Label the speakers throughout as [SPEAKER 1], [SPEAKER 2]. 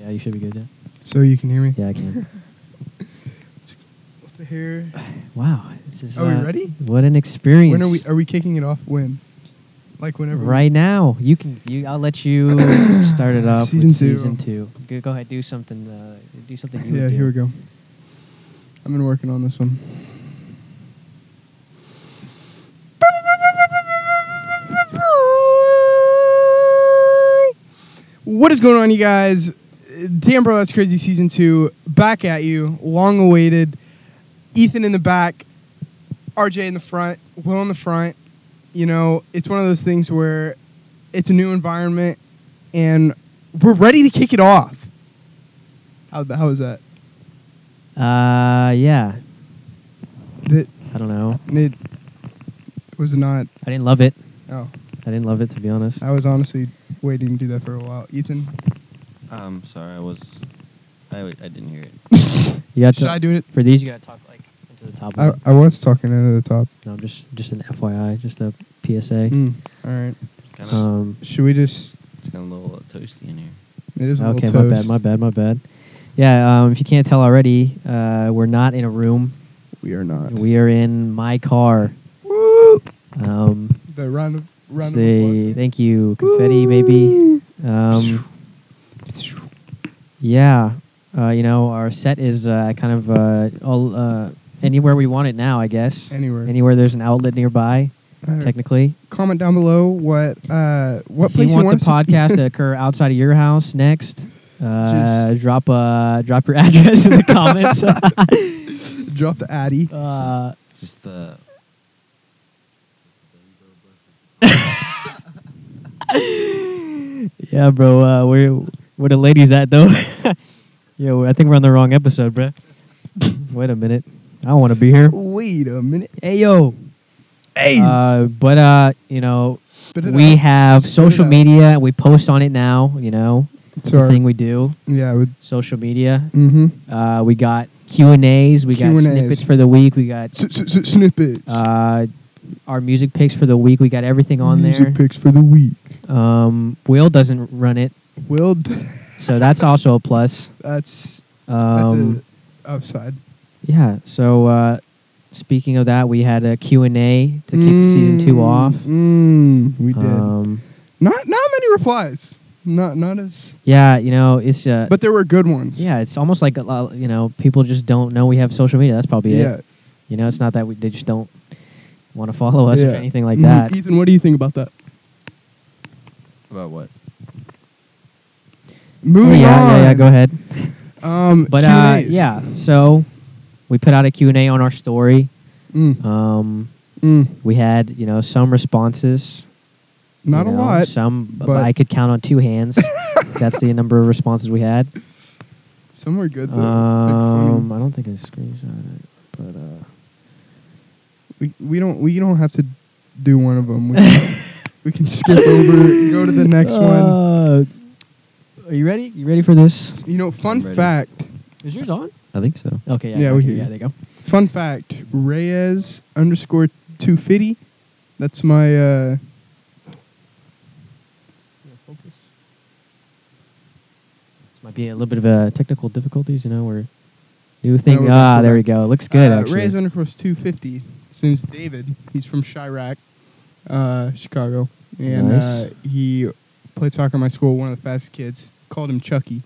[SPEAKER 1] Yeah, you should be good. Yeah.
[SPEAKER 2] So you can hear me?
[SPEAKER 1] Yeah, I can.
[SPEAKER 2] What the hair?
[SPEAKER 1] wow. This is,
[SPEAKER 2] Are we
[SPEAKER 1] uh,
[SPEAKER 2] ready?
[SPEAKER 1] What an experience.
[SPEAKER 2] When are we? Are we kicking it off? When? Like whenever. we-
[SPEAKER 1] Right now, you can. You, I'll let you start it off.
[SPEAKER 2] Season
[SPEAKER 1] with
[SPEAKER 2] two.
[SPEAKER 1] Season two. Go, go ahead. Do something. Uh, do something. You
[SPEAKER 2] Yeah.
[SPEAKER 1] would do.
[SPEAKER 2] Here we go. I've been working on this one. What is going on, you guys? Damn, bro, that's crazy. Season two, back at you, long awaited. Ethan in the back, RJ in the front, Will in the front. You know, it's one of those things where it's a new environment, and we're ready to kick it off. How how was that?
[SPEAKER 1] Uh, yeah.
[SPEAKER 2] That
[SPEAKER 1] I don't know.
[SPEAKER 2] it was it not.
[SPEAKER 1] I didn't love it.
[SPEAKER 2] Oh,
[SPEAKER 1] I didn't love it to be honest.
[SPEAKER 2] I was honestly waiting to do that for a while. Ethan,
[SPEAKER 3] Um, sorry, I was. I, w- I didn't hear it.
[SPEAKER 1] You got
[SPEAKER 2] should
[SPEAKER 1] to,
[SPEAKER 2] I do it?
[SPEAKER 1] For these, you got to talk like into the top.
[SPEAKER 2] I,
[SPEAKER 1] one.
[SPEAKER 2] I was talking into the top.
[SPEAKER 1] no, just just an FYI, just a PSA.
[SPEAKER 2] Mm, all right.
[SPEAKER 3] Kind of,
[SPEAKER 1] Um,
[SPEAKER 2] Should we just?
[SPEAKER 3] it's kind of a little toasty in here.
[SPEAKER 2] It is a
[SPEAKER 1] okay,
[SPEAKER 2] little
[SPEAKER 1] my bad,
[SPEAKER 2] toast.
[SPEAKER 1] my bad, my bad. Yeah, um, if you can't tell already, uh, we're not in a room.
[SPEAKER 2] We are not.
[SPEAKER 1] We are in my car.
[SPEAKER 2] Woo!
[SPEAKER 1] Um,
[SPEAKER 2] The round of round of
[SPEAKER 1] say
[SPEAKER 2] applause.
[SPEAKER 1] thank you, confetti, maybe. Um, yeah, uh, you know our set is uh, kind of uh, all uh, anywhere we want it now, I guess.
[SPEAKER 2] Anywhere.
[SPEAKER 1] anywhere there's an outlet nearby,
[SPEAKER 2] All right.
[SPEAKER 1] technically.
[SPEAKER 2] Comment down below what uh what
[SPEAKER 1] if
[SPEAKER 2] place
[SPEAKER 1] you want the
[SPEAKER 2] us to-
[SPEAKER 1] podcast to occur outside of your house next, uh,
[SPEAKER 2] Just-
[SPEAKER 1] drop uh, drop your address in the comments.
[SPEAKER 2] drop the Addy.
[SPEAKER 1] uh,
[SPEAKER 3] It's just the.
[SPEAKER 1] yeah, bro. Uh, where where the ladies at though? Yo, I think we're on the wrong episode, bro. Wait a minute, I don't want to be here.
[SPEAKER 2] Wait a minute.
[SPEAKER 1] Hey yo.
[SPEAKER 2] Hey.
[SPEAKER 1] Uh, but uh, you know,
[SPEAKER 2] Spit it
[SPEAKER 1] we
[SPEAKER 2] out.
[SPEAKER 1] have
[SPEAKER 2] Spit it
[SPEAKER 1] social
[SPEAKER 2] out.
[SPEAKER 1] media. We post on it now. You know, it's
[SPEAKER 2] Sorry.
[SPEAKER 1] the thing we do.
[SPEAKER 2] Yeah. With.
[SPEAKER 1] Social media.
[SPEAKER 2] Mm-hmm.
[SPEAKER 1] Uh, we got Q and A's. We got
[SPEAKER 2] Q&As.
[SPEAKER 1] snippets for the week. We got
[SPEAKER 2] Snippets.
[SPEAKER 1] uh, our music picks for the week. We got everything on
[SPEAKER 2] Music
[SPEAKER 1] there.
[SPEAKER 2] picks for the week.
[SPEAKER 1] Um, Will doesn't run it,
[SPEAKER 2] Will. D-
[SPEAKER 1] so that's also a plus.
[SPEAKER 2] that's that's
[SPEAKER 1] Um,
[SPEAKER 2] a upside.
[SPEAKER 1] yeah. So uh, speaking of that, we had a Q and A to kick season two off.
[SPEAKER 2] Mm, we did.
[SPEAKER 1] Um,
[SPEAKER 2] not not many replies. Not not as.
[SPEAKER 1] yeah, you know, it's uh,
[SPEAKER 2] But there were good ones.
[SPEAKER 1] Yeah, it's almost like a lot, you know, people just don't know we have social media. That's probably
[SPEAKER 2] Yeah.
[SPEAKER 1] it. You know, it's not that we they just don't want to follow us
[SPEAKER 2] yeah.
[SPEAKER 1] or anything like
[SPEAKER 2] Mhm.
[SPEAKER 1] that.
[SPEAKER 2] Ethan, what do you think about that?
[SPEAKER 3] About what?
[SPEAKER 1] Oh,
[SPEAKER 2] Moving
[SPEAKER 1] yeah,
[SPEAKER 2] on.
[SPEAKER 1] yeah, yeah, go ahead.
[SPEAKER 2] Um,
[SPEAKER 1] But uh,
[SPEAKER 2] Q&As.
[SPEAKER 1] yeah, so we put out a Q&A on our story.
[SPEAKER 2] Mm,
[SPEAKER 1] Um,
[SPEAKER 2] mm.
[SPEAKER 1] we had, you know, some responses. you
[SPEAKER 2] not a
[SPEAKER 1] know,
[SPEAKER 2] lot.
[SPEAKER 1] Some, but,
[SPEAKER 2] but-
[SPEAKER 1] I could count on two hands. That's the number of responses we had.
[SPEAKER 2] Some were good though. They're
[SPEAKER 1] Um, I
[SPEAKER 2] funny.
[SPEAKER 1] don't think I screenshot it, but uh,
[SPEAKER 2] we, we don't we don't have to do one of them. We can, we can skip over, go to the next one.
[SPEAKER 1] Uh, Are you ready? You ready for this?
[SPEAKER 2] You know, fun
[SPEAKER 3] ready.
[SPEAKER 2] fact.
[SPEAKER 1] Is yours on?
[SPEAKER 3] I think so.
[SPEAKER 1] Okay, yeah,
[SPEAKER 2] Yeah,
[SPEAKER 1] got
[SPEAKER 2] we
[SPEAKER 1] you.
[SPEAKER 2] hear
[SPEAKER 1] Yeah, there you
[SPEAKER 2] you.
[SPEAKER 1] go.
[SPEAKER 2] Fun fact: Reyes underscore two fifty. That's my. uh
[SPEAKER 1] Focus. This might be a little bit of a technical difficulties, you know, where new
[SPEAKER 2] we're
[SPEAKER 1] thing.
[SPEAKER 2] good,
[SPEAKER 1] ah,
[SPEAKER 2] we're
[SPEAKER 1] there
[SPEAKER 2] good.
[SPEAKER 1] we go. It looks good
[SPEAKER 2] uh,
[SPEAKER 1] actually.
[SPEAKER 2] Reyes underscore two fifty. His name's David. He's from Chirac, uh, Chicago, and
[SPEAKER 1] Nice.
[SPEAKER 2] uh, he played soccer at my school. One of the fastest kids. Called him Chucky.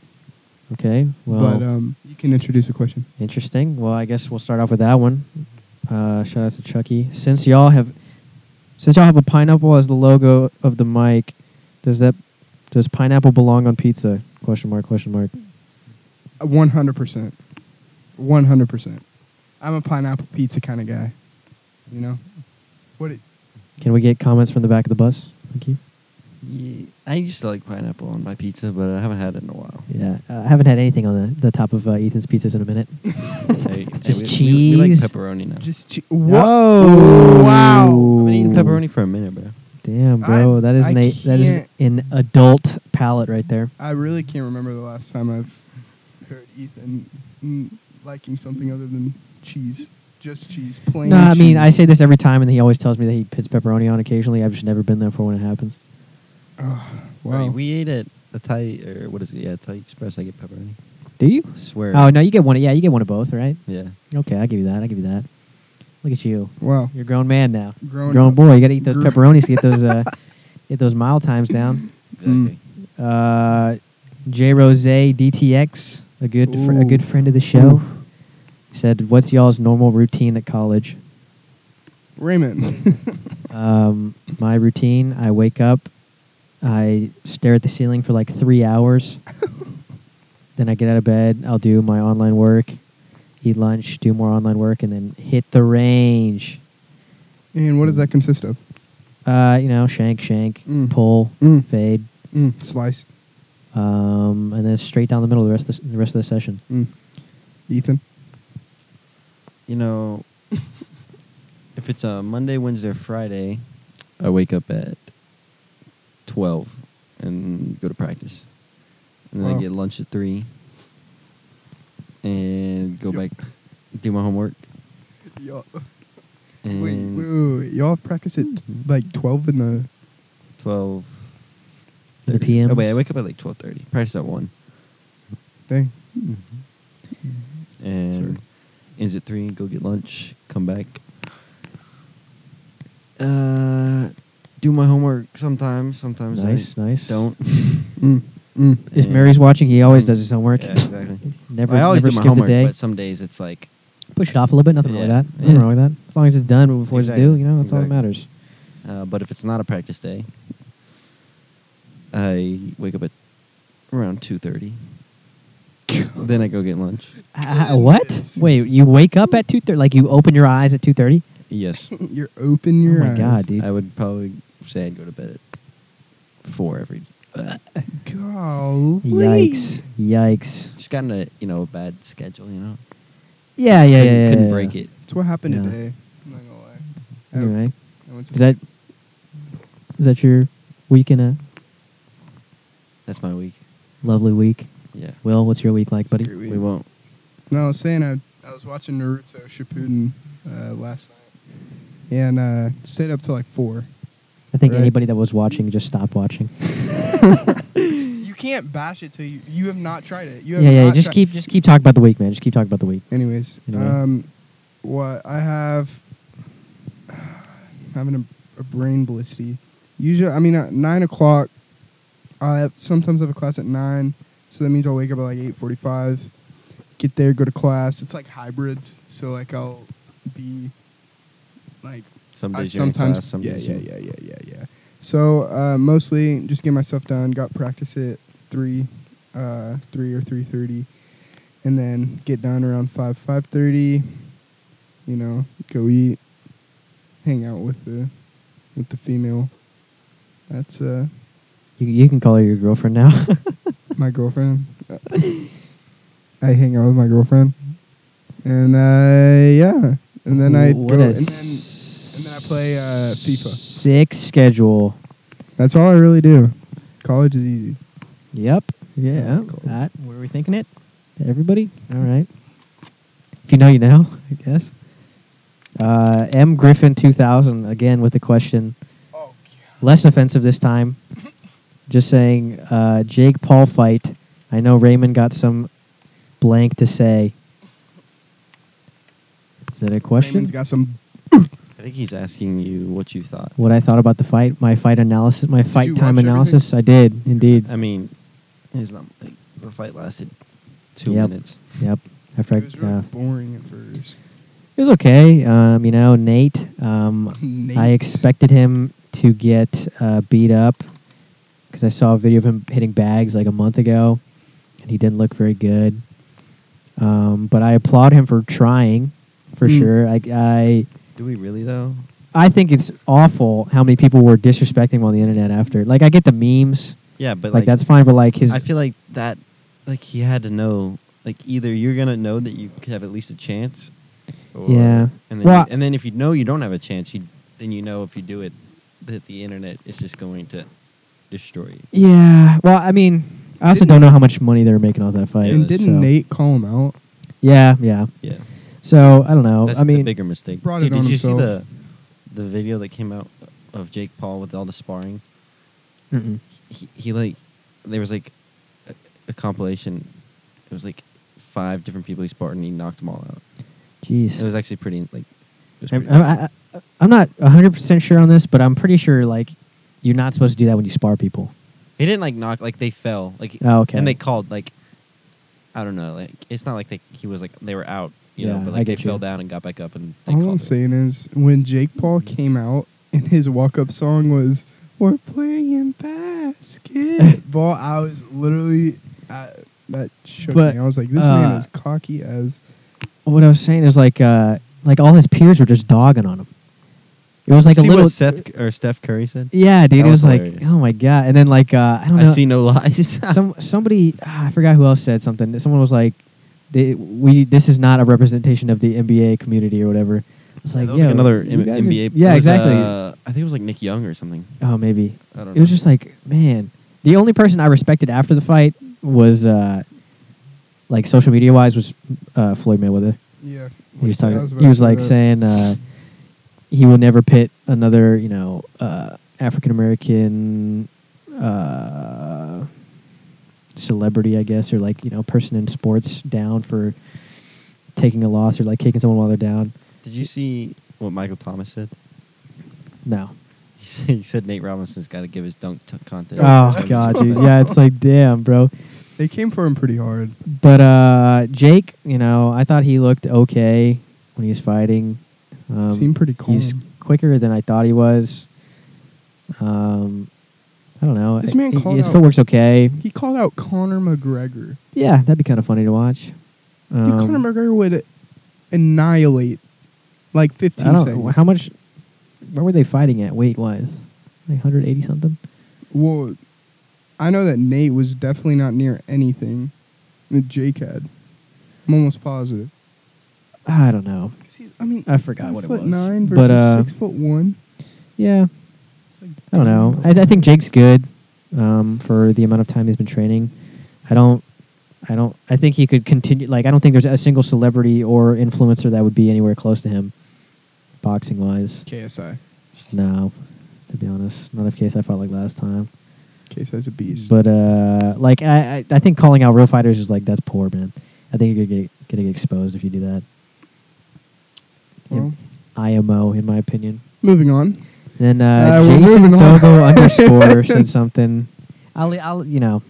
[SPEAKER 1] okay, well,
[SPEAKER 2] but um, you can introduce a question.
[SPEAKER 1] interesting. Well, I guess we'll start off with that one. Uh, shout out to Chucky. Since y'all have, since y'all have a pineapple as the logo of the mic, does that does pineapple belong on pizza? Question mark. Question mark.
[SPEAKER 2] One hundred percent. One hundred percent. I'm a pineapple pizza kind of guy. You know. What? It,
[SPEAKER 1] Can we get comments from the back of the bus? Thank you.
[SPEAKER 3] Yeah, I used to like pineapple on my pizza, but I haven't had it in a while.
[SPEAKER 1] Yeah, uh, I haven't had anything on the, the top of uh, Ethan's pizzas in a minute.
[SPEAKER 3] Hey, hey,
[SPEAKER 1] Just
[SPEAKER 3] we, We, we like
[SPEAKER 1] cheese.
[SPEAKER 3] pepperoni now.
[SPEAKER 2] just che-
[SPEAKER 1] Oh.
[SPEAKER 2] Wow.
[SPEAKER 3] I've been eating pepperoni for a minute, bro.
[SPEAKER 1] Damn, bro,
[SPEAKER 2] I-
[SPEAKER 1] that is
[SPEAKER 2] I
[SPEAKER 1] an a, that is
[SPEAKER 2] can't-
[SPEAKER 1] an adult palate right there.
[SPEAKER 2] I really can't remember the last time I've heard Ethan mm, liking something other than cheese. Just cheese, plain.
[SPEAKER 1] No, I mean I
[SPEAKER 2] cheese.
[SPEAKER 1] say this every time, and he always tells me that he puts pepperoni on occasionally. I've just never been there for when it happens.
[SPEAKER 2] Ugh, wow.
[SPEAKER 3] Right, we ate at a Thai or what is it? Yeah, Thai Express. I get pepperoni.
[SPEAKER 1] Do you?
[SPEAKER 3] Swear.
[SPEAKER 1] Oh no, you get one. of- Yeah, you get one of both, right?
[SPEAKER 3] Yeah.
[SPEAKER 1] Okay, I give you that. I give you that. Look at you.
[SPEAKER 2] Wow.
[SPEAKER 1] You're a grown man now.
[SPEAKER 2] Grown up.
[SPEAKER 1] boy. You got to eat those
[SPEAKER 2] Gr-
[SPEAKER 1] pepperonis to get those uh, get those mile times down.
[SPEAKER 3] Exactly.
[SPEAKER 1] Uh, J Rose DTX, a good fr- a
[SPEAKER 2] Ooh.
[SPEAKER 1] good friend of the show, said, "What's y'all's normal routine at college?"
[SPEAKER 2] Raymond.
[SPEAKER 1] Um, my routine: I wake up, I stare at the ceiling for like three hours, then I get out of bed. I'll do my online work, eat lunch, do more online work, and then hit the range.
[SPEAKER 2] and what does that consist of?
[SPEAKER 1] Uh, you know, shank, shank,
[SPEAKER 2] Mm.
[SPEAKER 1] pull,
[SPEAKER 2] Mm.
[SPEAKER 1] fade,
[SPEAKER 2] Mm, slice.
[SPEAKER 1] um, and then straight down the middle the rest of the, the rest of the session.
[SPEAKER 2] Mm. Ethan.
[SPEAKER 3] You know, if it's a Monday, Wednesday, or Friday, I wake up at twelve and go to practice, and then
[SPEAKER 2] Wow.
[SPEAKER 3] I get lunch at three, and go
[SPEAKER 2] Yep.
[SPEAKER 3] back, do my homework,
[SPEAKER 2] Y'all, wait,
[SPEAKER 3] and
[SPEAKER 2] wait, wait, wait. Y'all have practice at like 12 in the.
[SPEAKER 3] twelve.
[SPEAKER 1] The
[SPEAKER 3] 30.
[SPEAKER 1] PMs?
[SPEAKER 3] Oh wait, I wake up at like twelve thirty. Practice at one.
[SPEAKER 2] Dang.
[SPEAKER 3] Mm-hmm. And
[SPEAKER 2] Sorry.
[SPEAKER 3] ends at three. Go get lunch. Come back. Uh, do my homework sometimes. Sometimes
[SPEAKER 1] Nice,
[SPEAKER 3] I
[SPEAKER 1] nice.
[SPEAKER 3] Don't.
[SPEAKER 2] Mm. Mm.
[SPEAKER 1] If
[SPEAKER 3] Yeah.
[SPEAKER 1] Mary's watching, he always does his homework.
[SPEAKER 3] Yeah, exactly.
[SPEAKER 1] never,
[SPEAKER 3] I always
[SPEAKER 1] never
[SPEAKER 3] do my
[SPEAKER 1] skip
[SPEAKER 3] homework,
[SPEAKER 1] a day.
[SPEAKER 3] but some days it's like
[SPEAKER 1] Push it off a little bit. Nothing wrong with
[SPEAKER 3] Yeah,
[SPEAKER 1] that. Nothing
[SPEAKER 3] yeah.
[SPEAKER 1] wrong with that. As long as it's done before
[SPEAKER 3] Exactly,
[SPEAKER 1] it's due, you know, that's all that
[SPEAKER 3] exactly.
[SPEAKER 1] matters.
[SPEAKER 3] Uh, but if it's not a practice day, I wake up at around two thirty. then I go get lunch.
[SPEAKER 1] Uh, what?
[SPEAKER 2] Goodness.
[SPEAKER 1] Wait, you wake up at two thirty? Like you open your eyes at two thirty?
[SPEAKER 3] Yes,
[SPEAKER 2] You're open your
[SPEAKER 1] Oh my
[SPEAKER 2] eyes.
[SPEAKER 1] God, dude.
[SPEAKER 3] I would probably say I'd go to bed at four every.
[SPEAKER 2] Golly.
[SPEAKER 1] Yikes! Yikes!
[SPEAKER 3] Just got in a you know a bad schedule, you know.
[SPEAKER 1] Yeah, yeah, yeah.
[SPEAKER 3] couldn't,
[SPEAKER 1] yeah,
[SPEAKER 3] couldn't
[SPEAKER 1] yeah.
[SPEAKER 3] break it.
[SPEAKER 2] That's what happened
[SPEAKER 1] Yeah.
[SPEAKER 2] today. I'm not gonna lie. I-
[SPEAKER 1] Anyway,
[SPEAKER 2] I went to
[SPEAKER 1] is that
[SPEAKER 2] sleep.
[SPEAKER 1] is that your week in a
[SPEAKER 3] That's my week.
[SPEAKER 1] lovely week?
[SPEAKER 3] Yeah,
[SPEAKER 1] Will, what's your week like, buddy?
[SPEAKER 2] It's a great
[SPEAKER 3] we won't.
[SPEAKER 2] No, I was saying I, I was watching Naruto Shippuden uh, last night, and uh, stayed up till like four.
[SPEAKER 1] I think
[SPEAKER 2] Right.
[SPEAKER 1] anybody that was watching just stopped watching.
[SPEAKER 2] You can't bash it till you you have not tried it. You have
[SPEAKER 1] yeah, yeah.
[SPEAKER 2] not
[SPEAKER 1] Just
[SPEAKER 2] tri-
[SPEAKER 1] keep just keep talking about the week, man. Just keep talking about the week.
[SPEAKER 2] Anyways,
[SPEAKER 1] Anyway.
[SPEAKER 2] um, what I have having a, a brain ballicity. Usually, I mean, at nine o'clock. I have, sometimes have a class at nine, so that means I'll wake up at like eight forty-five, get there, go to class. It's like hybrids, so like I'll be like
[SPEAKER 3] Some
[SPEAKER 2] I
[SPEAKER 3] days you're in
[SPEAKER 2] sometimes
[SPEAKER 3] class, some
[SPEAKER 2] yeah,
[SPEAKER 3] days
[SPEAKER 2] yeah,
[SPEAKER 3] you-
[SPEAKER 2] yeah, yeah, yeah, yeah. So uh, mostly just get my stuff done. Got practice at three, uh, three or three thirty, and then get done around five, five thirty. You know, go eat, hang out with the with the female. That's uh,
[SPEAKER 1] You, you can call her your girlfriend now.
[SPEAKER 2] my girlfriend. I hang out with my girlfriend, and uh, yeah, and then I
[SPEAKER 1] What
[SPEAKER 2] go,
[SPEAKER 1] a
[SPEAKER 2] and then
[SPEAKER 1] s-
[SPEAKER 2] and then I play, uh, FIFA.
[SPEAKER 1] Sick schedule.
[SPEAKER 2] that's all I really do. College is easy.
[SPEAKER 1] Yep. Yeah.
[SPEAKER 2] Cool.
[SPEAKER 1] That. Were we thinking it? Everybody. All right. If you know, you know. I guess. Uh, M Griffin two thousand again with the question.
[SPEAKER 2] Oh,
[SPEAKER 1] Less offensive this time. Just saying, uh, Jake Paul fight. I know Raymond got some blank to say. Is that a question?
[SPEAKER 2] Raymond's got some.
[SPEAKER 3] I think he's asking you what you thought.
[SPEAKER 1] what I thought about the fight, my fight analysis, my
[SPEAKER 2] you
[SPEAKER 1] fight time
[SPEAKER 2] watch everything?
[SPEAKER 1] analysis. I did indeed.
[SPEAKER 3] I mean, it's not like the fight lasted two
[SPEAKER 1] Yep.
[SPEAKER 3] minutes.
[SPEAKER 1] Yep. After I,
[SPEAKER 2] it was really
[SPEAKER 1] uh,
[SPEAKER 2] boring at first.
[SPEAKER 1] it was okay. Um, you know, Nate. Um, I
[SPEAKER 2] Nate.
[SPEAKER 1] expected him to get uh, beat up because I saw a video of him hitting bags like a month ago, and he didn't look very good. Um, but I applaud him for trying, for
[SPEAKER 2] Mm.
[SPEAKER 1] sure. I, I
[SPEAKER 3] Do we really though?
[SPEAKER 1] I think it's awful how many people were disrespecting him on the internet after. Like I get the memes,
[SPEAKER 3] Yeah, but
[SPEAKER 1] like, that's fine, but like his
[SPEAKER 3] I feel like that, like he had to know, like either you're gonna know that you could have at least a chance, or,
[SPEAKER 1] Yeah.
[SPEAKER 3] and then,
[SPEAKER 1] Well,
[SPEAKER 3] you- and then if you know you don't have a chance, you then you know if you do it, that the internet is just going to destroy you.
[SPEAKER 1] Yeah. Well, I mean, I also
[SPEAKER 2] Didn't-
[SPEAKER 1] don't know how much money they were making off that fight.
[SPEAKER 3] Yeah,
[SPEAKER 2] and
[SPEAKER 3] that's
[SPEAKER 2] didn't
[SPEAKER 1] so-
[SPEAKER 2] Nate call him out?
[SPEAKER 1] Yeah, yeah.
[SPEAKER 3] Yeah,
[SPEAKER 1] So I don't know.
[SPEAKER 3] that's
[SPEAKER 1] I mean,
[SPEAKER 3] the bigger mistake.
[SPEAKER 2] Brought
[SPEAKER 3] Dude,
[SPEAKER 2] it on
[SPEAKER 3] did you see the
[SPEAKER 2] himself.
[SPEAKER 3] the video that came out of Jake Paul with all the sparring?
[SPEAKER 1] mm-mm.
[SPEAKER 3] He, he like there was like a, a compilation. It was like five different people he sparred, and he knocked them all out.
[SPEAKER 1] Jeez.
[SPEAKER 3] It was actually pretty like. It was
[SPEAKER 1] I,
[SPEAKER 3] pretty
[SPEAKER 1] I, I, I'm not 100% sure on this, but I'm pretty sure, like, you're not supposed to do that when you spar people.
[SPEAKER 3] He didn't like knock like they fell like
[SPEAKER 1] Oh, okay.
[SPEAKER 3] and they called like I don't know like it's not like they he was like they were out you know
[SPEAKER 1] Yeah,
[SPEAKER 3] but
[SPEAKER 1] I
[SPEAKER 3] like they
[SPEAKER 1] get you.
[SPEAKER 3] fell down and got back up and they
[SPEAKER 2] All
[SPEAKER 3] called
[SPEAKER 2] I'm
[SPEAKER 3] it.
[SPEAKER 2] saying is, when Jake Paul
[SPEAKER 1] Mm-hmm.
[SPEAKER 2] came out and his walk-up song was "We're playing basketball," I was literally I, that shook
[SPEAKER 1] But,
[SPEAKER 2] me. I was like, "This
[SPEAKER 1] uh,
[SPEAKER 2] man is cocky as."
[SPEAKER 1] What I was saying is, like, uh, like all his peers were just dogging on him. It was like
[SPEAKER 3] see
[SPEAKER 1] a little.
[SPEAKER 3] what Seth or Steph Curry said.
[SPEAKER 1] yeah, dude.
[SPEAKER 3] That
[SPEAKER 1] It
[SPEAKER 3] was
[SPEAKER 1] was like,
[SPEAKER 3] hilarious.
[SPEAKER 1] oh my God. And then, like, uh, I don't
[SPEAKER 3] I,
[SPEAKER 1] know.
[SPEAKER 3] see no lies.
[SPEAKER 1] some somebody ah, I forgot who else said something. Someone was like, they, "We this is not a representation of the NBA community or whatever." It's
[SPEAKER 3] Yeah,
[SPEAKER 1] like,
[SPEAKER 3] that was
[SPEAKER 1] yo,
[SPEAKER 3] like another
[SPEAKER 1] you
[SPEAKER 3] M-
[SPEAKER 1] guys are-
[SPEAKER 3] NBA. it
[SPEAKER 1] yeah,
[SPEAKER 3] was,
[SPEAKER 1] exactly.
[SPEAKER 3] uh, I think it was like Nick Young or something.
[SPEAKER 1] oh, maybe
[SPEAKER 3] I don't know.
[SPEAKER 1] it was just like, man, the only person I respected after the fight was uh, like social media wise was uh, Floyd Mayweather.
[SPEAKER 2] Yeah,
[SPEAKER 1] He was
[SPEAKER 2] I
[SPEAKER 1] talking.
[SPEAKER 2] about
[SPEAKER 1] he was
[SPEAKER 2] to
[SPEAKER 1] like
[SPEAKER 2] say that.
[SPEAKER 1] saying uh, he will never pit another, you know, uh, African American uh, celebrity, I guess, or like you know, person in sports down for taking a loss or like kicking someone while they're down.
[SPEAKER 3] Did you see what Michael Thomas said?
[SPEAKER 1] No.
[SPEAKER 3] He said, he said Nate Robinson's got to give his dunk t- contest.
[SPEAKER 1] Oh God, dude. Yeah, it's like damn, bro.
[SPEAKER 2] they came for him pretty hard.
[SPEAKER 1] But uh, Jake, you know, I thought he looked okay when he was fighting. Um,
[SPEAKER 2] Seemed pretty calm.
[SPEAKER 1] He's quicker than I thought he was. Um, I don't know.
[SPEAKER 2] This man
[SPEAKER 1] He-
[SPEAKER 2] called
[SPEAKER 1] his
[SPEAKER 2] out-
[SPEAKER 1] footwork's okay.
[SPEAKER 2] He called out Conor McGregor.
[SPEAKER 1] Yeah, that'd be kind of funny to watch. Um,
[SPEAKER 2] Dude, Conor McGregor would annihilate like 15
[SPEAKER 1] I don't
[SPEAKER 2] seconds.
[SPEAKER 1] how much. Where were they fighting at weight wise? Like 180 something.
[SPEAKER 2] Well, I know that Nate was definitely not near anything that Jake had. I'm almost positive.
[SPEAKER 1] I don't know.
[SPEAKER 2] 'Cause he- I mean,
[SPEAKER 1] I forgot
[SPEAKER 2] five
[SPEAKER 1] what it
[SPEAKER 2] foot
[SPEAKER 1] was.
[SPEAKER 2] Nine
[SPEAKER 1] But,
[SPEAKER 2] versus
[SPEAKER 1] uh,
[SPEAKER 2] six foot one.
[SPEAKER 1] Yeah,
[SPEAKER 2] It's like,
[SPEAKER 1] I don't know. I, I think Jake's good um, for the amount of time he's been training. I don't. I don't. I think he could continue. Like I don't think there's a single celebrity or influencer that would be anywhere close to him, boxing wise.
[SPEAKER 2] KSI.
[SPEAKER 1] No, to be honest, not of case I fought like last time.
[SPEAKER 2] KSI's a beast.
[SPEAKER 1] But uh, like I, I, I think calling out real fighters is like that's poor, man. I think you're gonna get, gonna get exposed if you do that.
[SPEAKER 2] Well,
[SPEAKER 1] IMO, in my opinion.
[SPEAKER 2] moving on.
[SPEAKER 1] Then
[SPEAKER 2] Uh,
[SPEAKER 1] uh,
[SPEAKER 2] we're
[SPEAKER 1] Jason
[SPEAKER 2] moving on.
[SPEAKER 1] Dogo underscore said something. I'll, I'll you know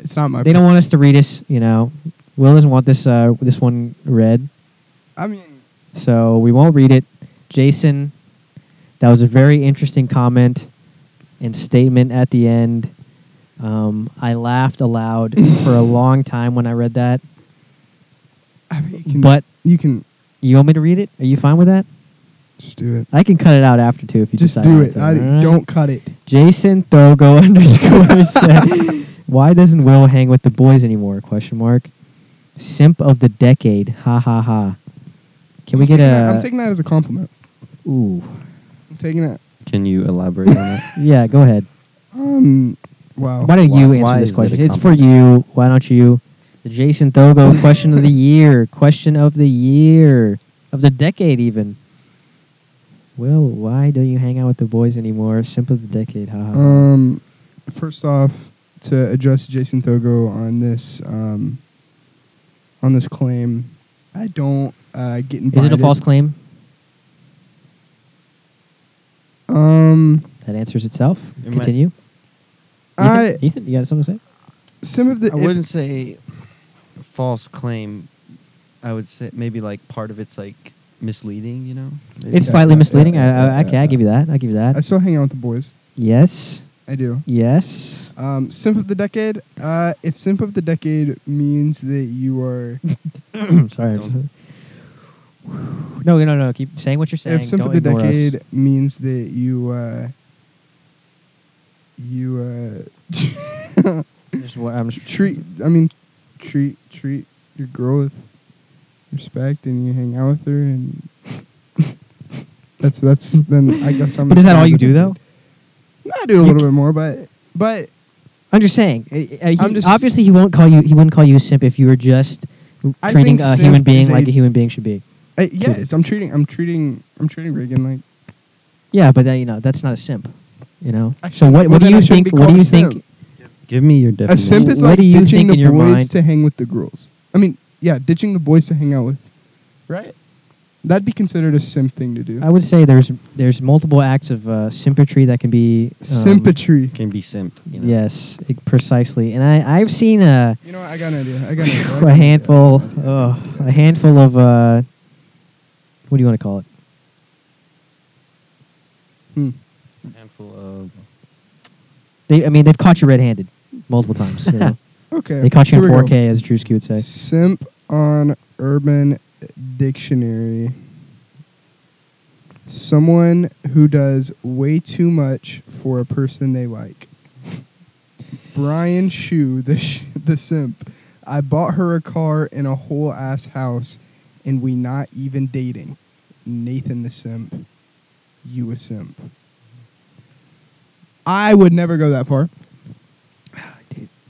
[SPEAKER 2] It's not my.
[SPEAKER 1] they don't want us to read us. You know, Will doesn't want this uh, this one read,
[SPEAKER 2] I mean,
[SPEAKER 1] so we won't read it. Jason, that was a very interesting comment and statement at the end. Um, I laughed aloud for a long time when I read that.
[SPEAKER 2] I mean, you can,
[SPEAKER 1] But-
[SPEAKER 2] you can
[SPEAKER 1] You want me to read it? Are you fine with that?
[SPEAKER 2] just do it.
[SPEAKER 1] I can cut it out after too if you
[SPEAKER 2] just
[SPEAKER 1] decide
[SPEAKER 2] do
[SPEAKER 1] not
[SPEAKER 2] it.
[SPEAKER 1] to,
[SPEAKER 2] I,
[SPEAKER 1] all right?
[SPEAKER 2] Don't cut it.
[SPEAKER 1] Jason Thogo underscore said, "Why doesn't Will hang with the boys anymore?" Question mark. Simp of the decade. Ha ha ha. Can we
[SPEAKER 2] I'm
[SPEAKER 1] get
[SPEAKER 2] taking
[SPEAKER 1] a?
[SPEAKER 2] that- I'm taking that as a compliment.
[SPEAKER 1] Ooh,
[SPEAKER 2] I'm taking it.
[SPEAKER 3] Can you elaborate on that?
[SPEAKER 1] yeah. Go ahead.
[SPEAKER 2] Um. Wow.
[SPEAKER 1] Why don't
[SPEAKER 3] Oh, Why-
[SPEAKER 1] you
[SPEAKER 3] why
[SPEAKER 1] answer
[SPEAKER 3] is it
[SPEAKER 1] this
[SPEAKER 3] a
[SPEAKER 1] question? It's for
[SPEAKER 3] compliment?
[SPEAKER 1] you. Why don't you? The Jason Thogo question of the year. Question of the year of the decade even. Will, why don't you hang out with the boys anymore? Simp of the decade. Ha ha. ha.
[SPEAKER 2] Um, first off, to address Jason Thogo on this um, on this claim, I don't uh, get
[SPEAKER 1] Is
[SPEAKER 2] invited.
[SPEAKER 1] it a false claim?
[SPEAKER 2] Um,
[SPEAKER 1] That answers itself.
[SPEAKER 3] It might-
[SPEAKER 1] Continue.
[SPEAKER 2] I
[SPEAKER 1] Ethan, Ethan, you got something to say?
[SPEAKER 2] some of the
[SPEAKER 3] I wouldn't say false claim. I would say maybe like part of it's like misleading. You know, Maybe.
[SPEAKER 1] It's
[SPEAKER 2] Yeah,
[SPEAKER 1] slightly
[SPEAKER 2] yeah,
[SPEAKER 1] misleading.
[SPEAKER 2] yeah,
[SPEAKER 1] I,
[SPEAKER 2] yeah,
[SPEAKER 1] I,
[SPEAKER 2] yeah,
[SPEAKER 1] okay, I give you that. I give you
[SPEAKER 2] I
[SPEAKER 1] that.
[SPEAKER 2] still hang out with the boys.
[SPEAKER 1] Yes.
[SPEAKER 2] I do.
[SPEAKER 1] Yes.
[SPEAKER 2] Um, simp of the decade. Uh, if simp of the decade means that you are,
[SPEAKER 1] Sorry. I'm
[SPEAKER 3] Don't-
[SPEAKER 1] just- No, no, no. Keep saying what you're saying.
[SPEAKER 2] if simp
[SPEAKER 1] Don't
[SPEAKER 2] of the
[SPEAKER 1] ignore us.
[SPEAKER 2] decade means that you, uh, you uh,
[SPEAKER 1] Just what I'm just-
[SPEAKER 2] treat I mean treat treat your girl with respect and you hang out with her and that's that's then I guess I'm
[SPEAKER 1] But is that all you do though?
[SPEAKER 2] No, I do a
[SPEAKER 1] You
[SPEAKER 2] little
[SPEAKER 1] c-
[SPEAKER 2] bit more but but
[SPEAKER 1] I'm just saying. uh, Uh, he,
[SPEAKER 2] I'm just-
[SPEAKER 1] obviously, he won't call you. He wouldn't call you a simp if you were just
[SPEAKER 2] I
[SPEAKER 1] treating
[SPEAKER 2] think
[SPEAKER 1] a
[SPEAKER 2] simp
[SPEAKER 1] human being
[SPEAKER 2] is a-
[SPEAKER 1] like a human being should be.
[SPEAKER 2] I, yes I'm treating I'm treating I'm treating Reagan like
[SPEAKER 1] Yeah, but that, you know that's not a simp. You know.
[SPEAKER 2] I
[SPEAKER 1] so
[SPEAKER 2] shouldn't-
[SPEAKER 1] what?
[SPEAKER 2] well,
[SPEAKER 1] What do
[SPEAKER 2] then I
[SPEAKER 1] you
[SPEAKER 2] shouldn't
[SPEAKER 1] think?
[SPEAKER 2] be
[SPEAKER 1] What do you
[SPEAKER 2] called a
[SPEAKER 1] think?
[SPEAKER 2] simp.
[SPEAKER 3] Give me your
[SPEAKER 2] A
[SPEAKER 3] definition.
[SPEAKER 2] simp is
[SPEAKER 1] What
[SPEAKER 2] like
[SPEAKER 1] do you
[SPEAKER 2] ditching
[SPEAKER 1] think
[SPEAKER 2] the
[SPEAKER 1] in your
[SPEAKER 2] boys
[SPEAKER 1] mind-
[SPEAKER 2] to hang with the girls. I mean, yeah, ditching the boys to hang out with.
[SPEAKER 3] right?
[SPEAKER 2] That'd be considered a simp thing to do.
[SPEAKER 1] I would say there's there's multiple acts of uh, simpatry that can be um,
[SPEAKER 2] Sympatry.
[SPEAKER 3] Can be simped. You know?
[SPEAKER 1] Yes, e- precisely. And I I've seen a
[SPEAKER 2] You know, what? I got an idea. I got an idea. I got an idea.
[SPEAKER 1] a handful oh, a handful of uh, what do you want to call it?
[SPEAKER 2] Hmm.
[SPEAKER 3] Handful of.
[SPEAKER 1] They I mean they've caught you red-handed multiple times. you know.
[SPEAKER 2] Okay.
[SPEAKER 1] They caught you in
[SPEAKER 2] here we go.
[SPEAKER 1] 4K, as Drewski would say.
[SPEAKER 2] Simp on Urban Dictionary. Someone who does way too much for a person they like. Brian Shu, the sh- the simp. I bought her a car and a whole ass house, and we not even dating. Nathan the simp. You a simp. I would never go that far. ah,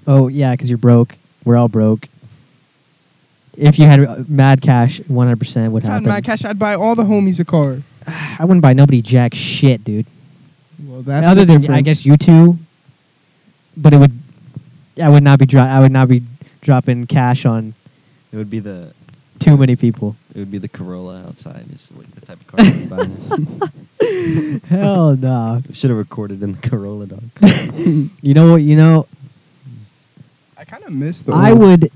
[SPEAKER 1] Oh yeah, because you're broke. We're all broke. If you had uh, mad cash, 100% would
[SPEAKER 2] If I had
[SPEAKER 1] happen.
[SPEAKER 2] my cash, I'd buy all the homies a car.
[SPEAKER 1] I wouldn't buy nobody jack shit, dude.
[SPEAKER 2] Well, that's
[SPEAKER 1] Other
[SPEAKER 2] the
[SPEAKER 1] than I
[SPEAKER 2] difference.
[SPEAKER 1] guess you two, but it would. I would not be dro- I would not be dropping cash on
[SPEAKER 3] It would be the.
[SPEAKER 1] too many people.
[SPEAKER 3] It would be the Corolla outside. Is what the type of car I'm buying.
[SPEAKER 1] Hell no.
[SPEAKER 3] Should have recorded in the Corolla, dog.
[SPEAKER 1] You know what? You know
[SPEAKER 2] I kind of miss the.
[SPEAKER 1] I
[SPEAKER 2] old-
[SPEAKER 1] would,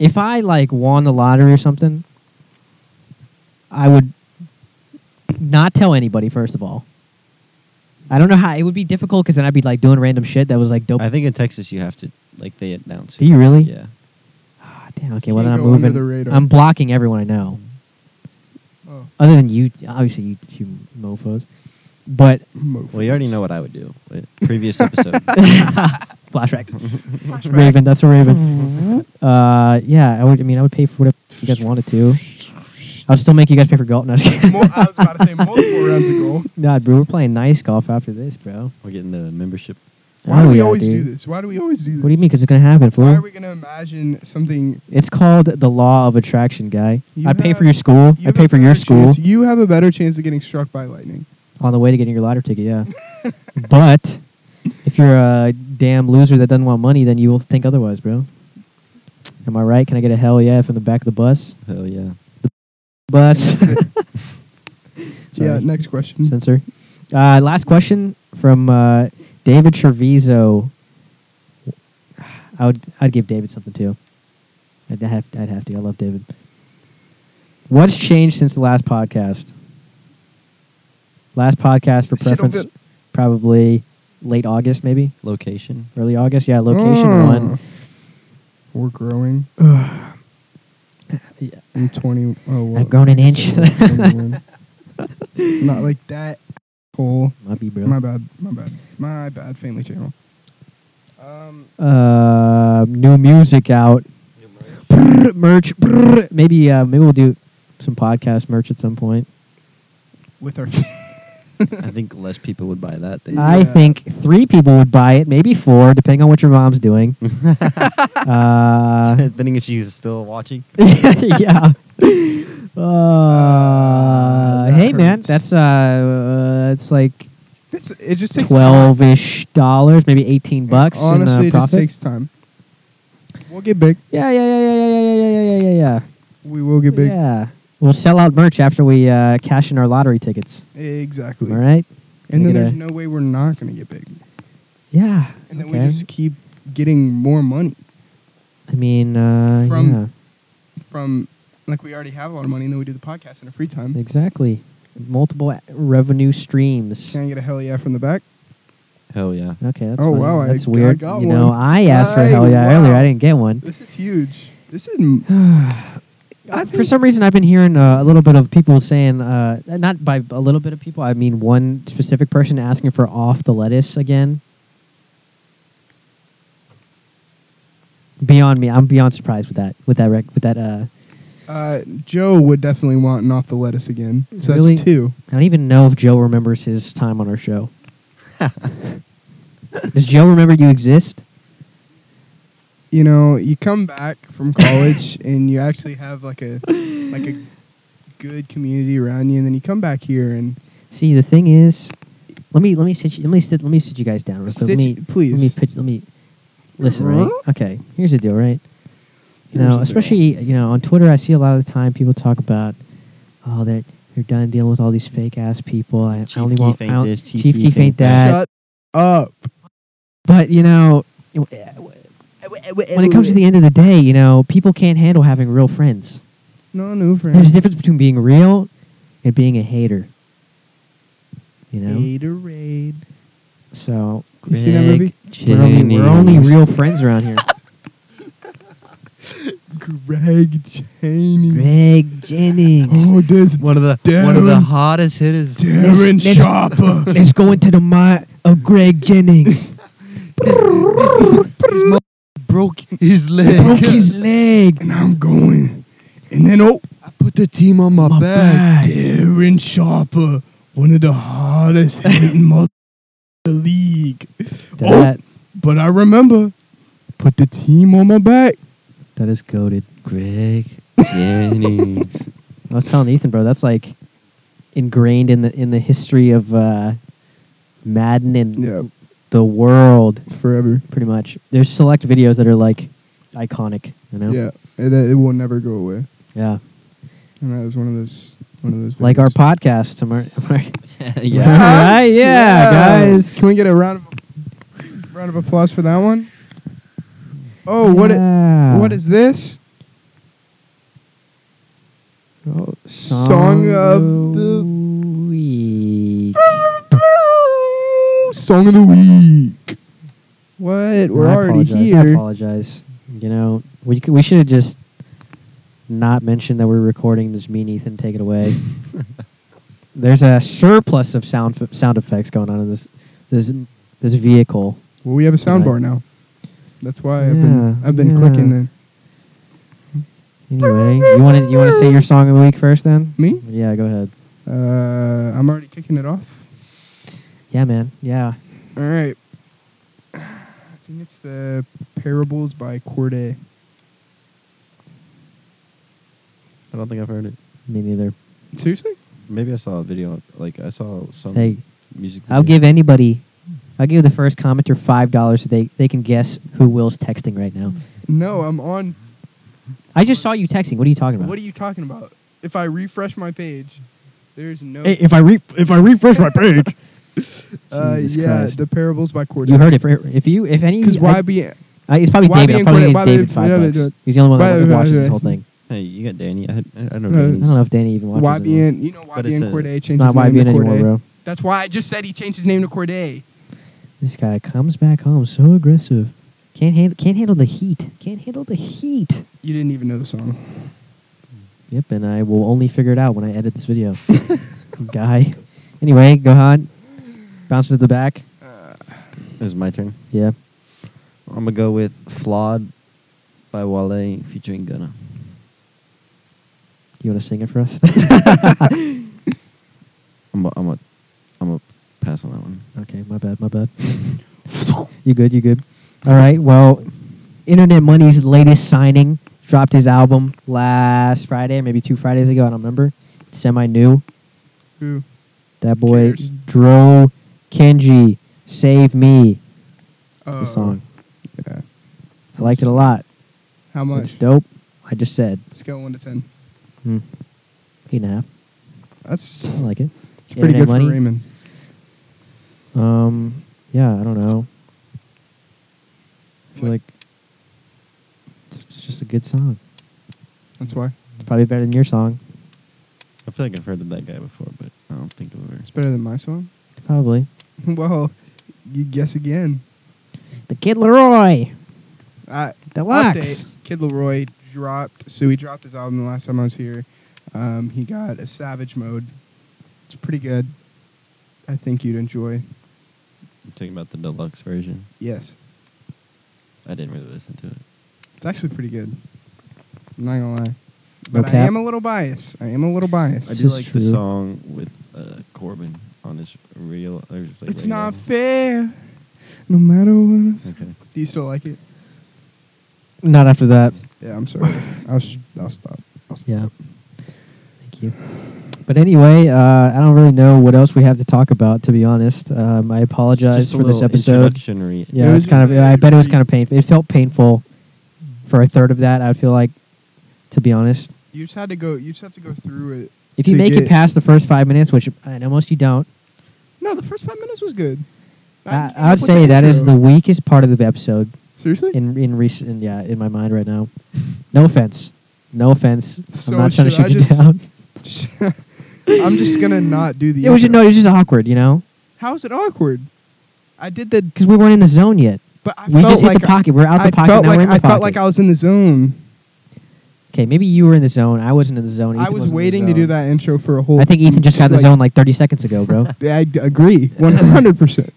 [SPEAKER 1] if I like won the lottery or something, I would not tell anybody. First of all, I don't know how it would be difficult because then I'd be like doing random shit that was like dope.
[SPEAKER 3] I think in Texas you have to like they announce.
[SPEAKER 1] Do
[SPEAKER 3] it.
[SPEAKER 1] you really?
[SPEAKER 3] Yeah.
[SPEAKER 1] Ah, damn. Okay. Well, then
[SPEAKER 2] Can't
[SPEAKER 1] I'm
[SPEAKER 2] go under
[SPEAKER 1] moving.
[SPEAKER 2] the radar.
[SPEAKER 1] I'm blocking everyone I know.
[SPEAKER 2] Oh,
[SPEAKER 1] Other than you, obviously you two mofos, but
[SPEAKER 2] mofos.
[SPEAKER 3] Well, you already know what I would do. Uh, Previous episode.
[SPEAKER 1] flashback. Raven. That's a Raven. uh, yeah. I would. I mean, I would pay for whatever you guys wanted to. I'll still make you guys pay for golf. No, I'm just kidding.
[SPEAKER 2] Mul- I was about to say multiple rounds of golf.
[SPEAKER 1] Nah, bro, we're playing nice golf after this, bro.
[SPEAKER 3] We're getting the membership.
[SPEAKER 2] Why do
[SPEAKER 1] Oh,
[SPEAKER 2] we
[SPEAKER 1] yeah,
[SPEAKER 2] always
[SPEAKER 1] dude.
[SPEAKER 2] do this? Why do we always do this?
[SPEAKER 1] What do you mean? Because it's gonna happen,
[SPEAKER 2] Why are
[SPEAKER 1] fool.
[SPEAKER 2] we gonna imagine something?
[SPEAKER 1] It's called the law of attraction, guy.
[SPEAKER 2] You
[SPEAKER 1] I pay
[SPEAKER 2] have-
[SPEAKER 1] for your school. I
[SPEAKER 2] you have
[SPEAKER 1] pay
[SPEAKER 2] a
[SPEAKER 1] for your
[SPEAKER 2] better
[SPEAKER 1] school
[SPEAKER 2] chance- You have a better chance of getting struck by lightning.
[SPEAKER 1] on the way to getting your lottery ticket. Yeah, but if you're a damn loser that doesn't want money, then you will think otherwise, bro. Am I right? Can I get a hell yeah from the back of the bus?
[SPEAKER 3] Hell yeah.
[SPEAKER 1] Bus.
[SPEAKER 2] yeah.
[SPEAKER 1] Sorry.
[SPEAKER 2] Next question.
[SPEAKER 1] Censor. Uh, last question from uh, David Treviso. I would I'd give David something too. I'd have I'd have to. I love David. What's changed since the last podcast? Last podcast for
[SPEAKER 2] Shit, don't
[SPEAKER 1] preference,
[SPEAKER 2] do it.
[SPEAKER 1] probably late August, maybe
[SPEAKER 3] Location.
[SPEAKER 1] early August. Yeah, location
[SPEAKER 2] Oh.
[SPEAKER 1] one.
[SPEAKER 2] We're growing.
[SPEAKER 1] Yeah.
[SPEAKER 2] I'm 20. Oh, well,
[SPEAKER 1] I've grown an
[SPEAKER 2] I guess
[SPEAKER 1] inch.
[SPEAKER 2] I was 21. Not like that. Hole.
[SPEAKER 1] Might be bro.
[SPEAKER 2] My bad. My bad. My bad. Family channel. Um.
[SPEAKER 1] uh, new music out. Brr, merch. brr. Maybe uh, maybe we'll do some podcast merch at some point.
[SPEAKER 2] With our.
[SPEAKER 3] I think less people would buy that thing.
[SPEAKER 1] I
[SPEAKER 2] Yeah.
[SPEAKER 1] think three people would buy it, maybe four, depending on what your mom's doing. uh,
[SPEAKER 3] Depending if she's still watching.
[SPEAKER 1] yeah. Uh,
[SPEAKER 2] Ah, that
[SPEAKER 1] hey man,
[SPEAKER 2] hurts.
[SPEAKER 1] that's uh, uh, it's like
[SPEAKER 2] It's, it just takes time.
[SPEAKER 1] twelve ish dollars, maybe eighteen bucks.
[SPEAKER 2] Honestly,
[SPEAKER 1] in, uh,
[SPEAKER 2] it just
[SPEAKER 1] profit.
[SPEAKER 2] takes time. We'll get big.
[SPEAKER 1] yeah, yeah, yeah, yeah, yeah, yeah, yeah, yeah, yeah, yeah.
[SPEAKER 2] We will get big.
[SPEAKER 1] Yeah. We'll sell out merch after we uh, cash in our lottery tickets.
[SPEAKER 2] Exactly.
[SPEAKER 1] All right.
[SPEAKER 2] And
[SPEAKER 1] Look
[SPEAKER 2] then
[SPEAKER 1] at
[SPEAKER 2] there's
[SPEAKER 1] that.
[SPEAKER 2] no way we're not going to get big.
[SPEAKER 1] Yeah.
[SPEAKER 2] And then
[SPEAKER 1] okay.
[SPEAKER 2] we just keep getting more money
[SPEAKER 1] I mean, uh,
[SPEAKER 2] From-
[SPEAKER 1] yeah.
[SPEAKER 2] from, like, we already have a lot of money, and then we do the podcast in our free time.
[SPEAKER 1] Exactly. Multiple a- revenue streams.
[SPEAKER 2] Can I get a hell yeah from the back?
[SPEAKER 3] Hell yeah.
[SPEAKER 1] Okay, that's
[SPEAKER 2] Oh,
[SPEAKER 1] funny.
[SPEAKER 2] wow, I-
[SPEAKER 1] that's
[SPEAKER 2] I
[SPEAKER 1] weird.
[SPEAKER 2] got
[SPEAKER 1] you know,
[SPEAKER 2] one.
[SPEAKER 1] I asked for a
[SPEAKER 2] Hey,
[SPEAKER 1] hell yeah earlier.
[SPEAKER 2] wow.
[SPEAKER 1] I didn't get one.
[SPEAKER 2] This is huge. This is. m- I
[SPEAKER 1] for
[SPEAKER 2] think-
[SPEAKER 1] some reason, I've been hearing uh, a little bit of people saying, uh, not by a little bit of people, I mean one specific person asking for off the lettuce again. Beyond me, I'm beyond surprised with that. With that, rec- with that. Uh,
[SPEAKER 2] uh, Joe would definitely want an off the lettuce again. So
[SPEAKER 1] Really?
[SPEAKER 2] that's two.
[SPEAKER 1] I don't even know if Joe remembers his time on our show. Does Joe remember you exist?
[SPEAKER 2] You know, you come back from college and you actually have like a like a good community around you, and then you come back here and
[SPEAKER 1] See, the thing is, let me let me sit you, let me sit let me sit you guys down. Real quick.
[SPEAKER 2] Stitch-
[SPEAKER 1] let me,
[SPEAKER 2] please.
[SPEAKER 1] Let me pitch. Let me. listen, right? Okay, here's the deal, right? You
[SPEAKER 3] Here's the
[SPEAKER 1] know,
[SPEAKER 3] deal.
[SPEAKER 1] especially you know on Twitter, I see a lot of the time people talk about, oh, they're they're done dealing with all these fake ass people. I,
[SPEAKER 3] Chief
[SPEAKER 1] I only
[SPEAKER 3] key
[SPEAKER 1] want
[SPEAKER 3] faint
[SPEAKER 1] I don't-
[SPEAKER 3] this, chief
[SPEAKER 1] chief
[SPEAKER 3] key
[SPEAKER 1] key
[SPEAKER 3] faint
[SPEAKER 1] faint that.
[SPEAKER 2] Shut up.
[SPEAKER 1] But you know, when it comes to the end of the day, you know, people can't handle having real friends.
[SPEAKER 2] No new
[SPEAKER 1] There's a
[SPEAKER 2] friends.
[SPEAKER 1] difference between being real and being a hater. You know,
[SPEAKER 2] Gatorade.
[SPEAKER 1] so
[SPEAKER 2] You see that movie?
[SPEAKER 1] we're only, we're only real friends around here.
[SPEAKER 2] Greg Cheney.
[SPEAKER 1] Greg Jennings.
[SPEAKER 2] Oh, this
[SPEAKER 3] one of the one of the
[SPEAKER 2] Darren-
[SPEAKER 3] hottest hitters.
[SPEAKER 2] Darren
[SPEAKER 1] Let's-
[SPEAKER 2] Sharper.
[SPEAKER 1] Let's go into the mind of Greg Jennings.
[SPEAKER 3] This, this, this mo- broke his leg.
[SPEAKER 1] Broke his leg.
[SPEAKER 2] and I'm going. And then, oh,
[SPEAKER 3] I put the team on my,
[SPEAKER 1] My back.
[SPEAKER 3] back.
[SPEAKER 2] Darren Sharper, one of the hardest hitting mother in the league. Oh,
[SPEAKER 1] That
[SPEAKER 2] But I remember, put the team on my back.
[SPEAKER 1] that is goaded.
[SPEAKER 3] Greg Jennings.
[SPEAKER 1] I was telling Ethan, bro, that's like ingrained in the in the history of uh, Madden and the world,
[SPEAKER 2] forever.
[SPEAKER 1] pretty much. There's select videos that are like iconic, you know.
[SPEAKER 2] Yeah, and that- it will never go away.
[SPEAKER 1] Yeah.
[SPEAKER 2] And that was one of those, one of those.
[SPEAKER 1] Like our
[SPEAKER 2] videos.
[SPEAKER 1] podcast tomorrow.
[SPEAKER 3] yeah.
[SPEAKER 1] Right? Yeah, guys.
[SPEAKER 2] Can we get a round of round of applause for that one? Oh, what? i-
[SPEAKER 1] Yeah.
[SPEAKER 2] what is this?
[SPEAKER 1] Oh,
[SPEAKER 2] Song
[SPEAKER 1] song
[SPEAKER 2] of
[SPEAKER 1] of
[SPEAKER 2] the-
[SPEAKER 1] the week.
[SPEAKER 2] Song of the week. What? We're
[SPEAKER 1] I
[SPEAKER 2] already
[SPEAKER 1] apologize. I
[SPEAKER 2] here.
[SPEAKER 1] apologize. You know, we c- we should have just not mentioned that we're recording. Just me and Ethan take it away. There's a surplus of sound f- sound effects going on in this this this vehicle.
[SPEAKER 2] Well, we have a sound
[SPEAKER 1] Right.
[SPEAKER 2] bar now. That's why I've
[SPEAKER 1] Yeah,
[SPEAKER 2] been I've been clicking.
[SPEAKER 1] yeah.
[SPEAKER 2] Then
[SPEAKER 1] Anyway, you want to you want to say your song of the week first, then?
[SPEAKER 2] me,
[SPEAKER 1] Yeah, go ahead.
[SPEAKER 2] uh, I'm already kicking it off.
[SPEAKER 1] Yeah, man. Yeah.
[SPEAKER 2] All right. I think it's the Parables by Corday.
[SPEAKER 3] I don't think I've heard it.
[SPEAKER 1] Me neither.
[SPEAKER 2] Seriously?
[SPEAKER 3] Maybe I saw a video. Like I saw some
[SPEAKER 1] Hey,
[SPEAKER 3] music.
[SPEAKER 1] I'll
[SPEAKER 3] video.
[SPEAKER 1] give anybody. I'll give the first commenter five dollars so they they can guess who Will's texting right now.
[SPEAKER 2] No, I'm on.
[SPEAKER 1] I just saw you texting. What are you talking about?
[SPEAKER 2] What are you talking about? If I refresh my page, there's no.
[SPEAKER 1] Hey, if I re- if I refresh my page,
[SPEAKER 2] uh,
[SPEAKER 1] Jesus
[SPEAKER 2] yeah,
[SPEAKER 1] Christ.
[SPEAKER 2] the Parables by Corday.
[SPEAKER 1] you heard it. For, if you, if any,
[SPEAKER 2] Because
[SPEAKER 1] I-
[SPEAKER 2] why be?
[SPEAKER 1] I- it's probably
[SPEAKER 2] why
[SPEAKER 1] David.
[SPEAKER 2] being
[SPEAKER 1] I'm probably gonna
[SPEAKER 2] quiet? Why
[SPEAKER 1] give David
[SPEAKER 2] they-
[SPEAKER 1] five
[SPEAKER 2] why they
[SPEAKER 1] bucks.
[SPEAKER 2] do it?
[SPEAKER 1] He's the only one
[SPEAKER 2] Why
[SPEAKER 1] that
[SPEAKER 2] they-
[SPEAKER 1] watches
[SPEAKER 2] why
[SPEAKER 1] this
[SPEAKER 2] they-
[SPEAKER 1] whole thing.
[SPEAKER 3] Hey, you got Danny. I, I don't
[SPEAKER 2] No,
[SPEAKER 3] know.
[SPEAKER 1] I
[SPEAKER 3] Danny's.
[SPEAKER 1] don't know if Danny even watches.
[SPEAKER 2] Why
[SPEAKER 1] it
[SPEAKER 2] be
[SPEAKER 1] anymore.
[SPEAKER 2] in? You know why
[SPEAKER 3] But
[SPEAKER 2] be
[SPEAKER 3] it's
[SPEAKER 2] in
[SPEAKER 3] a-
[SPEAKER 2] Corday changed
[SPEAKER 1] It's not
[SPEAKER 2] his
[SPEAKER 1] why
[SPEAKER 2] name
[SPEAKER 1] being
[SPEAKER 2] to Corday.
[SPEAKER 1] anymore, bro.
[SPEAKER 2] That's why I just said he changed his name to Corday.
[SPEAKER 1] This guy comes back home so aggressive. Can't handle can't handle the heat. Can't handle the heat.
[SPEAKER 2] You didn't even know the song.
[SPEAKER 1] Yep, and I will only figure it out when I edit this video. guy. Anyway, go on. Bounce to the back.
[SPEAKER 3] It was my turn.
[SPEAKER 1] Yeah.
[SPEAKER 3] I'm gonna go with "Flawed" by Wale featuring Gunna.
[SPEAKER 1] You want to sing it for us?
[SPEAKER 3] I'm a, I'm a, I'm a pass on that one.
[SPEAKER 1] Okay, my bad, my bad. you good, you good. All right, well, Internet Money's latest signing dropped his album last Friday, maybe two Fridays ago, I don't remember. Semi new.
[SPEAKER 2] Who?
[SPEAKER 1] That boy,
[SPEAKER 2] Cares.
[SPEAKER 1] Dro Kenji, Save Me. It's
[SPEAKER 2] Oh,
[SPEAKER 1] the song.
[SPEAKER 2] Yeah.
[SPEAKER 1] I liked it a lot.
[SPEAKER 2] How
[SPEAKER 1] It's
[SPEAKER 2] much?
[SPEAKER 1] dope. I just said,
[SPEAKER 2] Scale one to ten.
[SPEAKER 1] hmm, eight and a half.
[SPEAKER 2] That's
[SPEAKER 1] I like it.
[SPEAKER 2] it's pretty
[SPEAKER 1] Internet
[SPEAKER 2] good
[SPEAKER 1] Money.
[SPEAKER 2] for Raymond.
[SPEAKER 1] Um, yeah, I don't know. I feel
[SPEAKER 2] What?
[SPEAKER 1] like it's it's just a good song.
[SPEAKER 2] That's why
[SPEAKER 1] It's probably better than your song.
[SPEAKER 3] I feel like I've heard of that guy before, but I don't think I've ever.
[SPEAKER 2] it's better than my song.
[SPEAKER 1] Probably.
[SPEAKER 2] well, you guess again.
[SPEAKER 1] The Kid Leroy.
[SPEAKER 2] I,
[SPEAKER 1] Deluxe.
[SPEAKER 2] Update. Kid Leroy dropped. So he dropped his album the last time I was here. Um, he got a Savage Mode. It's pretty good. I think you'd enjoy.
[SPEAKER 3] I'm talking about the deluxe version.
[SPEAKER 2] Yes,
[SPEAKER 3] I didn't really listen to it.
[SPEAKER 2] it's actually pretty good. I'm not gonna lie, but I
[SPEAKER 1] cap.
[SPEAKER 2] am a little biased. I am a little biased.
[SPEAKER 3] I
[SPEAKER 1] This
[SPEAKER 3] do
[SPEAKER 1] is
[SPEAKER 3] like the
[SPEAKER 1] true.
[SPEAKER 3] song with uh, Corbin on his real. Or his, like,
[SPEAKER 2] It's
[SPEAKER 3] radio.
[SPEAKER 2] not fair. No matter what. else.
[SPEAKER 3] Okay.
[SPEAKER 2] Do you still like it?
[SPEAKER 1] Not after that.
[SPEAKER 2] Yeah, I'm sorry. I'll sh- I'll stop. I'll stop.
[SPEAKER 1] Yeah. Thank you. But anyway, uh, I don't really know what else we have to talk about, to be honest. Um, I apologize
[SPEAKER 3] Just a
[SPEAKER 1] for this
[SPEAKER 3] little
[SPEAKER 1] episode.
[SPEAKER 3] introductionary.
[SPEAKER 1] Yeah,
[SPEAKER 2] It
[SPEAKER 1] it's
[SPEAKER 2] was
[SPEAKER 1] kind of.
[SPEAKER 2] just a-
[SPEAKER 1] I bet it was kind of painful. It felt painful for a third of that. I feel like, to be honest,
[SPEAKER 2] You just had to go. You just have to go through it.
[SPEAKER 1] if you
[SPEAKER 2] to
[SPEAKER 1] make it
[SPEAKER 2] get-
[SPEAKER 1] past the first five minutes, which I know most you don't,
[SPEAKER 2] No, the first five minutes was good.
[SPEAKER 1] I,
[SPEAKER 2] came
[SPEAKER 1] I
[SPEAKER 2] up
[SPEAKER 1] would
[SPEAKER 2] with
[SPEAKER 1] say that is the
[SPEAKER 2] intro.
[SPEAKER 1] weakest part of the episode
[SPEAKER 2] seriously.
[SPEAKER 1] in in recent. Yeah, in my mind right now. No offense. No offense.
[SPEAKER 2] So
[SPEAKER 1] I'm not trying to
[SPEAKER 2] should
[SPEAKER 1] shoot
[SPEAKER 2] I
[SPEAKER 1] you
[SPEAKER 2] just-
[SPEAKER 1] down.
[SPEAKER 2] I'm just gonna not do the.
[SPEAKER 1] It was just,
[SPEAKER 2] intro.
[SPEAKER 1] no, it was just awkward, you know,
[SPEAKER 2] How is it awkward? I did the.
[SPEAKER 1] because we weren't in the zone yet.
[SPEAKER 2] But I
[SPEAKER 1] we
[SPEAKER 2] felt
[SPEAKER 1] just hit
[SPEAKER 2] like
[SPEAKER 1] the pocket. We're out the
[SPEAKER 2] I
[SPEAKER 1] pocket.
[SPEAKER 2] felt
[SPEAKER 1] now
[SPEAKER 2] like
[SPEAKER 1] we're in the
[SPEAKER 2] I
[SPEAKER 1] pocket.
[SPEAKER 2] felt like I was in the zone.
[SPEAKER 1] Okay, maybe you were in the zone. I wasn't in the zone.
[SPEAKER 2] I
[SPEAKER 1] Ethan
[SPEAKER 2] was
[SPEAKER 1] wasn't in the
[SPEAKER 2] waiting to do
[SPEAKER 1] zone.
[SPEAKER 2] that intro for a whole.
[SPEAKER 1] I think Ethan just got in the
[SPEAKER 2] like-
[SPEAKER 1] zone like 30 seconds ago, bro.
[SPEAKER 2] I d- agree, one hundred percent.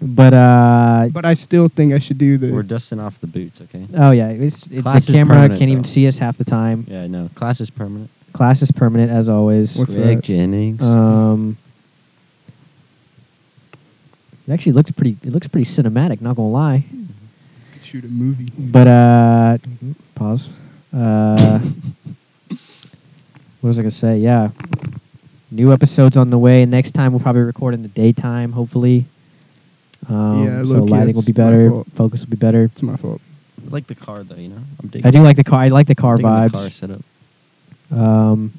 [SPEAKER 1] but uh,
[SPEAKER 2] But I still think I should do the.
[SPEAKER 3] We're dusting off the boots, okay?
[SPEAKER 1] oh yeah, it's, it, the
[SPEAKER 3] Class is
[SPEAKER 1] camera
[SPEAKER 3] permanent,
[SPEAKER 1] can't even
[SPEAKER 3] though.
[SPEAKER 1] see us half the time.
[SPEAKER 3] Yeah, no. Class is permanent.
[SPEAKER 1] Class is permanent as always.
[SPEAKER 2] What's
[SPEAKER 3] Greg
[SPEAKER 2] that?
[SPEAKER 3] Jennings.
[SPEAKER 1] um, it actually looks pretty. It looks pretty cinematic. Not gonna lie.
[SPEAKER 2] could shoot a movie.
[SPEAKER 1] But uh, pause. Uh, what was I gonna say? Yeah, new episodes on the way. Next time we'll probably record in the daytime, hopefully. Um,
[SPEAKER 2] Yeah,
[SPEAKER 1] so
[SPEAKER 2] low-key,
[SPEAKER 1] lighting will
[SPEAKER 2] that's
[SPEAKER 1] be
[SPEAKER 2] my
[SPEAKER 1] better.
[SPEAKER 2] fault.
[SPEAKER 1] Focus will be better.
[SPEAKER 2] it's my fault.
[SPEAKER 3] I like the car though, you know. I'm digging.
[SPEAKER 1] I do like the car. I like the car
[SPEAKER 3] I'm digging
[SPEAKER 1] vibes.
[SPEAKER 3] The car setup.
[SPEAKER 1] Um,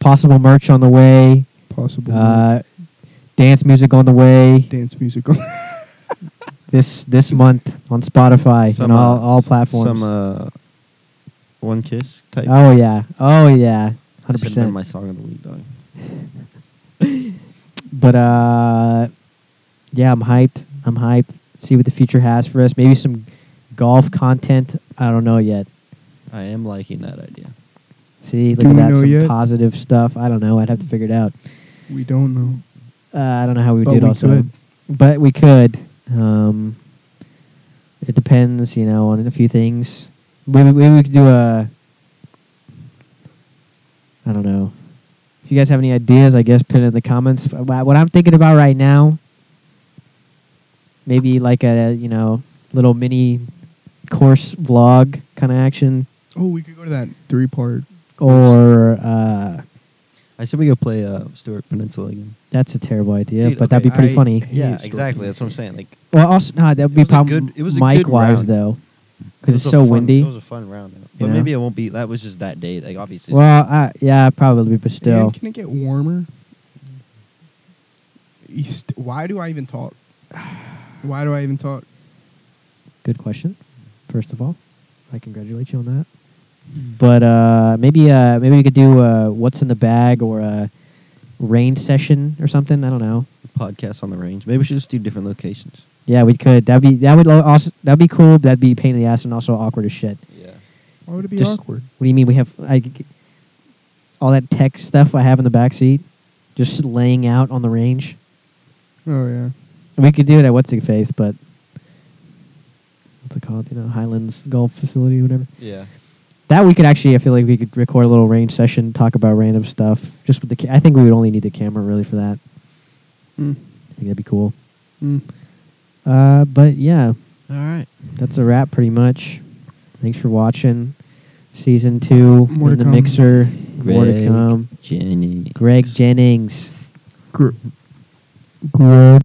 [SPEAKER 1] possible merch on the way.
[SPEAKER 2] Possible.
[SPEAKER 1] Uh, dance music on the way.
[SPEAKER 2] dance musical.
[SPEAKER 1] This this month on Spotify
[SPEAKER 3] Some,
[SPEAKER 1] and all,
[SPEAKER 3] uh,
[SPEAKER 1] all platforms.
[SPEAKER 3] Some uh, one kiss type.
[SPEAKER 1] oh yeah. Oh yeah. Hundred
[SPEAKER 3] That should've been
[SPEAKER 1] percent.
[SPEAKER 3] My song of the week, dog.
[SPEAKER 1] But uh, yeah, I'm hyped. I'm hyped. See what the future has for us. Maybe some golf content. I don't know yet.
[SPEAKER 3] I am liking that idea.
[SPEAKER 1] See, look
[SPEAKER 2] Do
[SPEAKER 1] at
[SPEAKER 2] we
[SPEAKER 1] that.
[SPEAKER 2] know
[SPEAKER 1] Some
[SPEAKER 2] yet?
[SPEAKER 1] positive stuff. I don't know. I'd have to figure it out.
[SPEAKER 2] we don't know.
[SPEAKER 1] Uh, I don't know how we
[SPEAKER 2] But
[SPEAKER 1] did
[SPEAKER 2] we
[SPEAKER 1] also,
[SPEAKER 2] could.
[SPEAKER 1] but we could. Um, it depends, you know, on a few things. Maybe maybe we could do a. I don't know. If you guys have any ideas, I guess put it in the comments. Wha- What I'm thinking about right now, maybe like a you know little mini course vlog kind of action,
[SPEAKER 2] Oh, we could go to that three part.
[SPEAKER 1] or uh,
[SPEAKER 3] I said we go play uh, Stuart Peninsula again.
[SPEAKER 1] that's a terrible idea,
[SPEAKER 3] Dude,
[SPEAKER 1] but that'd be
[SPEAKER 3] okay,
[SPEAKER 1] pretty
[SPEAKER 2] I-
[SPEAKER 1] funny.
[SPEAKER 2] Yeah, Stuart
[SPEAKER 3] exactly. That's what I'm saying. Like
[SPEAKER 1] Well, also no, that would be
[SPEAKER 3] was a
[SPEAKER 1] problem.
[SPEAKER 3] good- it was a good
[SPEAKER 1] mic wise
[SPEAKER 3] round.
[SPEAKER 1] though,
[SPEAKER 3] it
[SPEAKER 1] because it's
[SPEAKER 3] was a
[SPEAKER 1] so
[SPEAKER 3] fun-
[SPEAKER 1] windy.
[SPEAKER 3] It was a fun round, though. but
[SPEAKER 1] know?
[SPEAKER 3] maybe it won't be. That was just that day. Like obviously, it's
[SPEAKER 1] well, I, yeah, probably, but still,
[SPEAKER 2] And can it get warmer? East. Why do I even talk? Why do I even talk?
[SPEAKER 1] good question. First of all, I congratulate you on that. But uh, maybe uh, maybe we could do uh, what's in the bag or a rain session or something. I don't know.
[SPEAKER 3] a podcast on the range. Maybe we should just do different locations.
[SPEAKER 1] Yeah, we could. That'd be that would al- also that'd be cool. but That'd be a pain in the ass and also awkward as shit.
[SPEAKER 3] Yeah.
[SPEAKER 2] Why would it be
[SPEAKER 1] Just-
[SPEAKER 2] awkward?
[SPEAKER 1] What do you mean we have I, all that tech stuff I have in the back seat, just laying out on the range?
[SPEAKER 2] Oh yeah.
[SPEAKER 1] We could do it at what's it face, but what's it called? You know, Highlands Golf Facility, whatever.
[SPEAKER 3] Yeah.
[SPEAKER 1] That we could actually, I feel like we could record a little range session, talk about random stuff. Just with the, ca- I think we would only need the camera really for that.
[SPEAKER 2] Mm.
[SPEAKER 1] I think that'd be cool.
[SPEAKER 2] Mm.
[SPEAKER 1] Uh, but yeah,
[SPEAKER 3] All right.
[SPEAKER 1] that's a wrap pretty much. Thanks for watching. Season two
[SPEAKER 2] More to
[SPEAKER 1] in the
[SPEAKER 2] come.
[SPEAKER 1] mixer. More to
[SPEAKER 3] Greg
[SPEAKER 1] come.
[SPEAKER 3] Jenny.
[SPEAKER 1] Greg Jennings.
[SPEAKER 2] Gr- Greg.